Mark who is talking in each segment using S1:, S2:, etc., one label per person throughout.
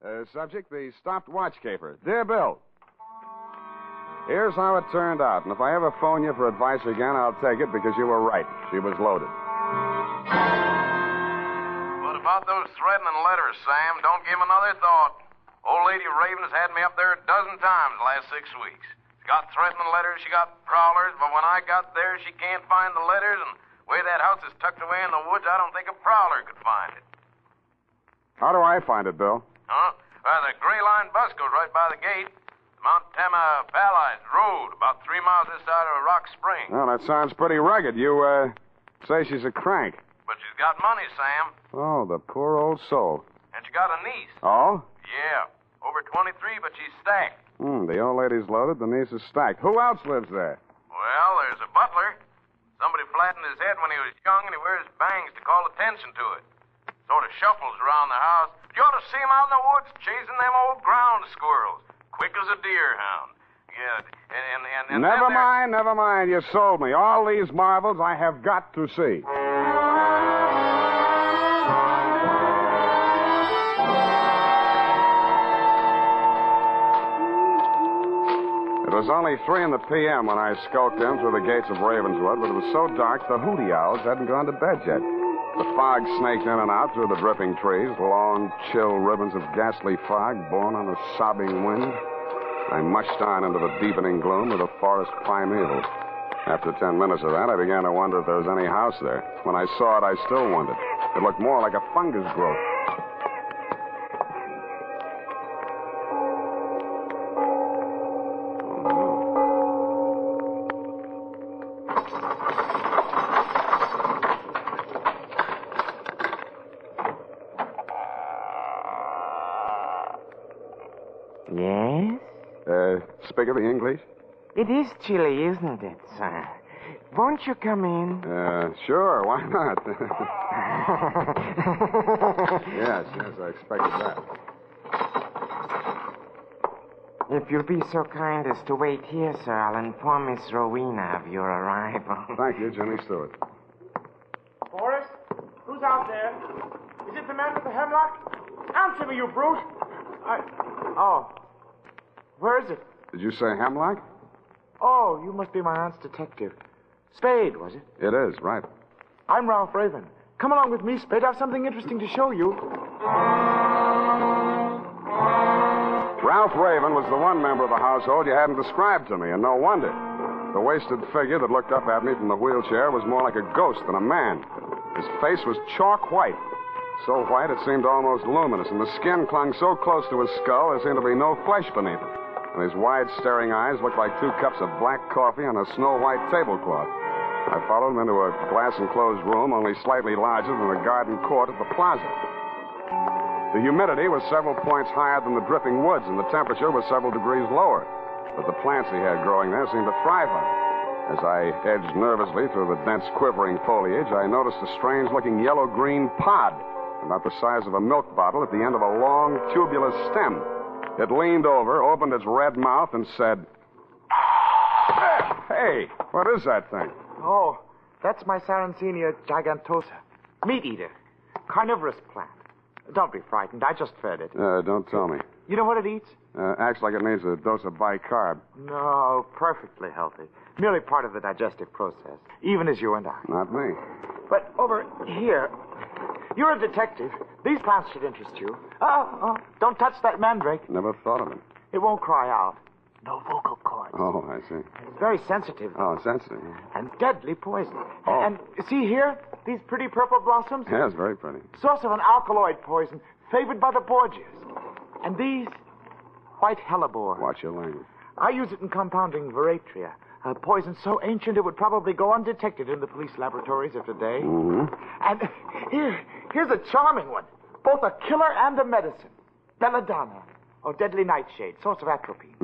S1: Uh, subject, the stopped watch caper. Dear Bill, here's how it turned out. And if I ever phone you for advice again, I'll take it because you were right. She was loaded.
S2: But about those threatening letters, Sam, don't give 'em another thought. Old Lady Raven's had me up there a dozen times the last six weeks. She got threatening letters, she got prowlers, but when I got there, she can't find the letters, and the way that house is tucked away in the woods, I don't think a prowler could find it.
S1: How do I find it, Bill?
S2: Huh? Well, the gray line bus goes right by the gate. The Mount Tama Allies Road, about three miles this side of Rock Spring.
S1: Well, that sounds pretty rugged. You, uh, say she's a crank.
S2: But she's got money, Sam,
S1: Oh, the poor old soul.
S2: and she got a niece.
S1: Oh?
S2: Yeah, over 23, but she's stacked.
S1: Hmm, the old lady's loaded, the niece is stacked. Who else lives there?
S2: Well, there's a butler. Somebody flattened his head when he was young, and he wears bangs to call attention to it. Sort of shuffles around the house. You ought to see him out in the woods chasing them old ground squirrels, quick as a deerhound. Yeah, and and and, and then
S1: never
S2: there-
S1: mind, never mind. You sold me. All these marvels I have got to see. It was only 3 in the p.m. when I skulked in through the gates of Ravenswood, but it was so dark the hooty owls hadn't gone to bed yet. The fog snaked in and out through the dripping trees, long, chill ribbons of ghastly fog borne on a sobbing wind. I mushed on into the deepening gloom of the forest primeval. After ten minutes of that, I began to wonder if there was any house there. When I saw it, I still wondered. It looked more like a fungus growth. Oh, no.
S3: Yes?
S1: Uh, speak of the English?
S3: It is chilly, isn't it, sir? Won't you come in?
S1: Uh, sure, why not? yes, yes, I expected that.
S3: if you'll be so kind as to wait here, sir, I'll inform Miss Rowena of your arrival.
S1: Thank you, Jenny Stewart.
S4: Forrest? Who's out there? Is it the man with the hemlock? Answer me, you brute! I. Oh. Where is it?
S1: Did you say hemlock?
S4: Oh, you must be my aunt's detective. Spade, was it?
S1: It is, right.
S4: I'm Ralph Raven. Come along with me, Spade. I've something interesting to show you.
S1: Ralph Raven was the one member of the household you hadn't described to me, and no wonder. The wasted figure that looked up at me from the wheelchair was more like a ghost than a man. His face was chalk white. So white it seemed almost luminous, and the skin clung so close to his skull there seemed to be no flesh beneath it. And his wide staring eyes looked like two cups of black coffee on a snow white tablecloth. I followed him into a glass enclosed room only slightly larger than the garden court at the plaza. The humidity was several points higher than the dripping woods, and the temperature was several degrees lower. But the plants he had growing there seemed to thrive on it. As I edged nervously through the dense, quivering foliage, I noticed a strange looking yellow green pod, about the size of a milk bottle, at the end of a long, tubular stem. It leaned over, opened its red mouth, and said, Hey, what is that thing?
S4: Oh, that's my Sarracenia gigantosa. Meat eater. Carnivorous plant. Don't be frightened. I just fed it.
S1: Uh, don't tell me.
S4: You know what it eats?
S1: Uh, acts like it needs a dose of bicarb.
S4: No, perfectly healthy. Merely part of the digestive process, even as you and I.
S1: Not me.
S4: But over here, you're a detective. These plants should interest you. Oh, oh, don't touch that mandrake.
S1: Never thought of it.
S4: It won't cry out. No vocal cords.
S1: Oh, I see.
S4: It's very sensitive
S1: Oh, sensitive.
S4: and deadly poison.
S1: Oh.
S4: And see here, these pretty purple blossoms?
S1: Yes, very pretty.
S4: Source of an alkaloid poison favored by the Borgias. And these, white hellebore.
S1: Watch your language.
S4: I use it in compounding veratria, a poison so ancient it would probably go undetected in the police laboratories of today. And here, here's a charming one, both a killer and a medicine. Belladonna, or deadly nightshade, source of atropine.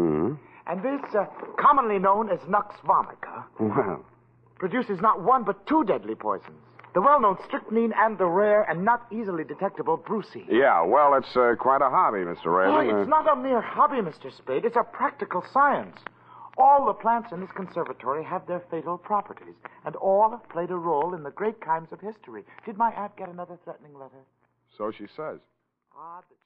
S4: And this, uh, commonly known as nux vomica,
S1: Well,
S4: produces not one but two deadly poisons. The well-known strychnine and the rare and not easily detectable brucine.
S1: yeah, well, it's uh, quite a hobby, Uh, Mr.
S4: Oh,
S1: Raven.
S4: it's not a mere hobby, Mr. Spade. It's a practical science. All the plants in this conservatory have their fatal properties, and all have played a role in the great crimes of history. Did my aunt get another threatening letter?
S1: so she says.
S4: Odd that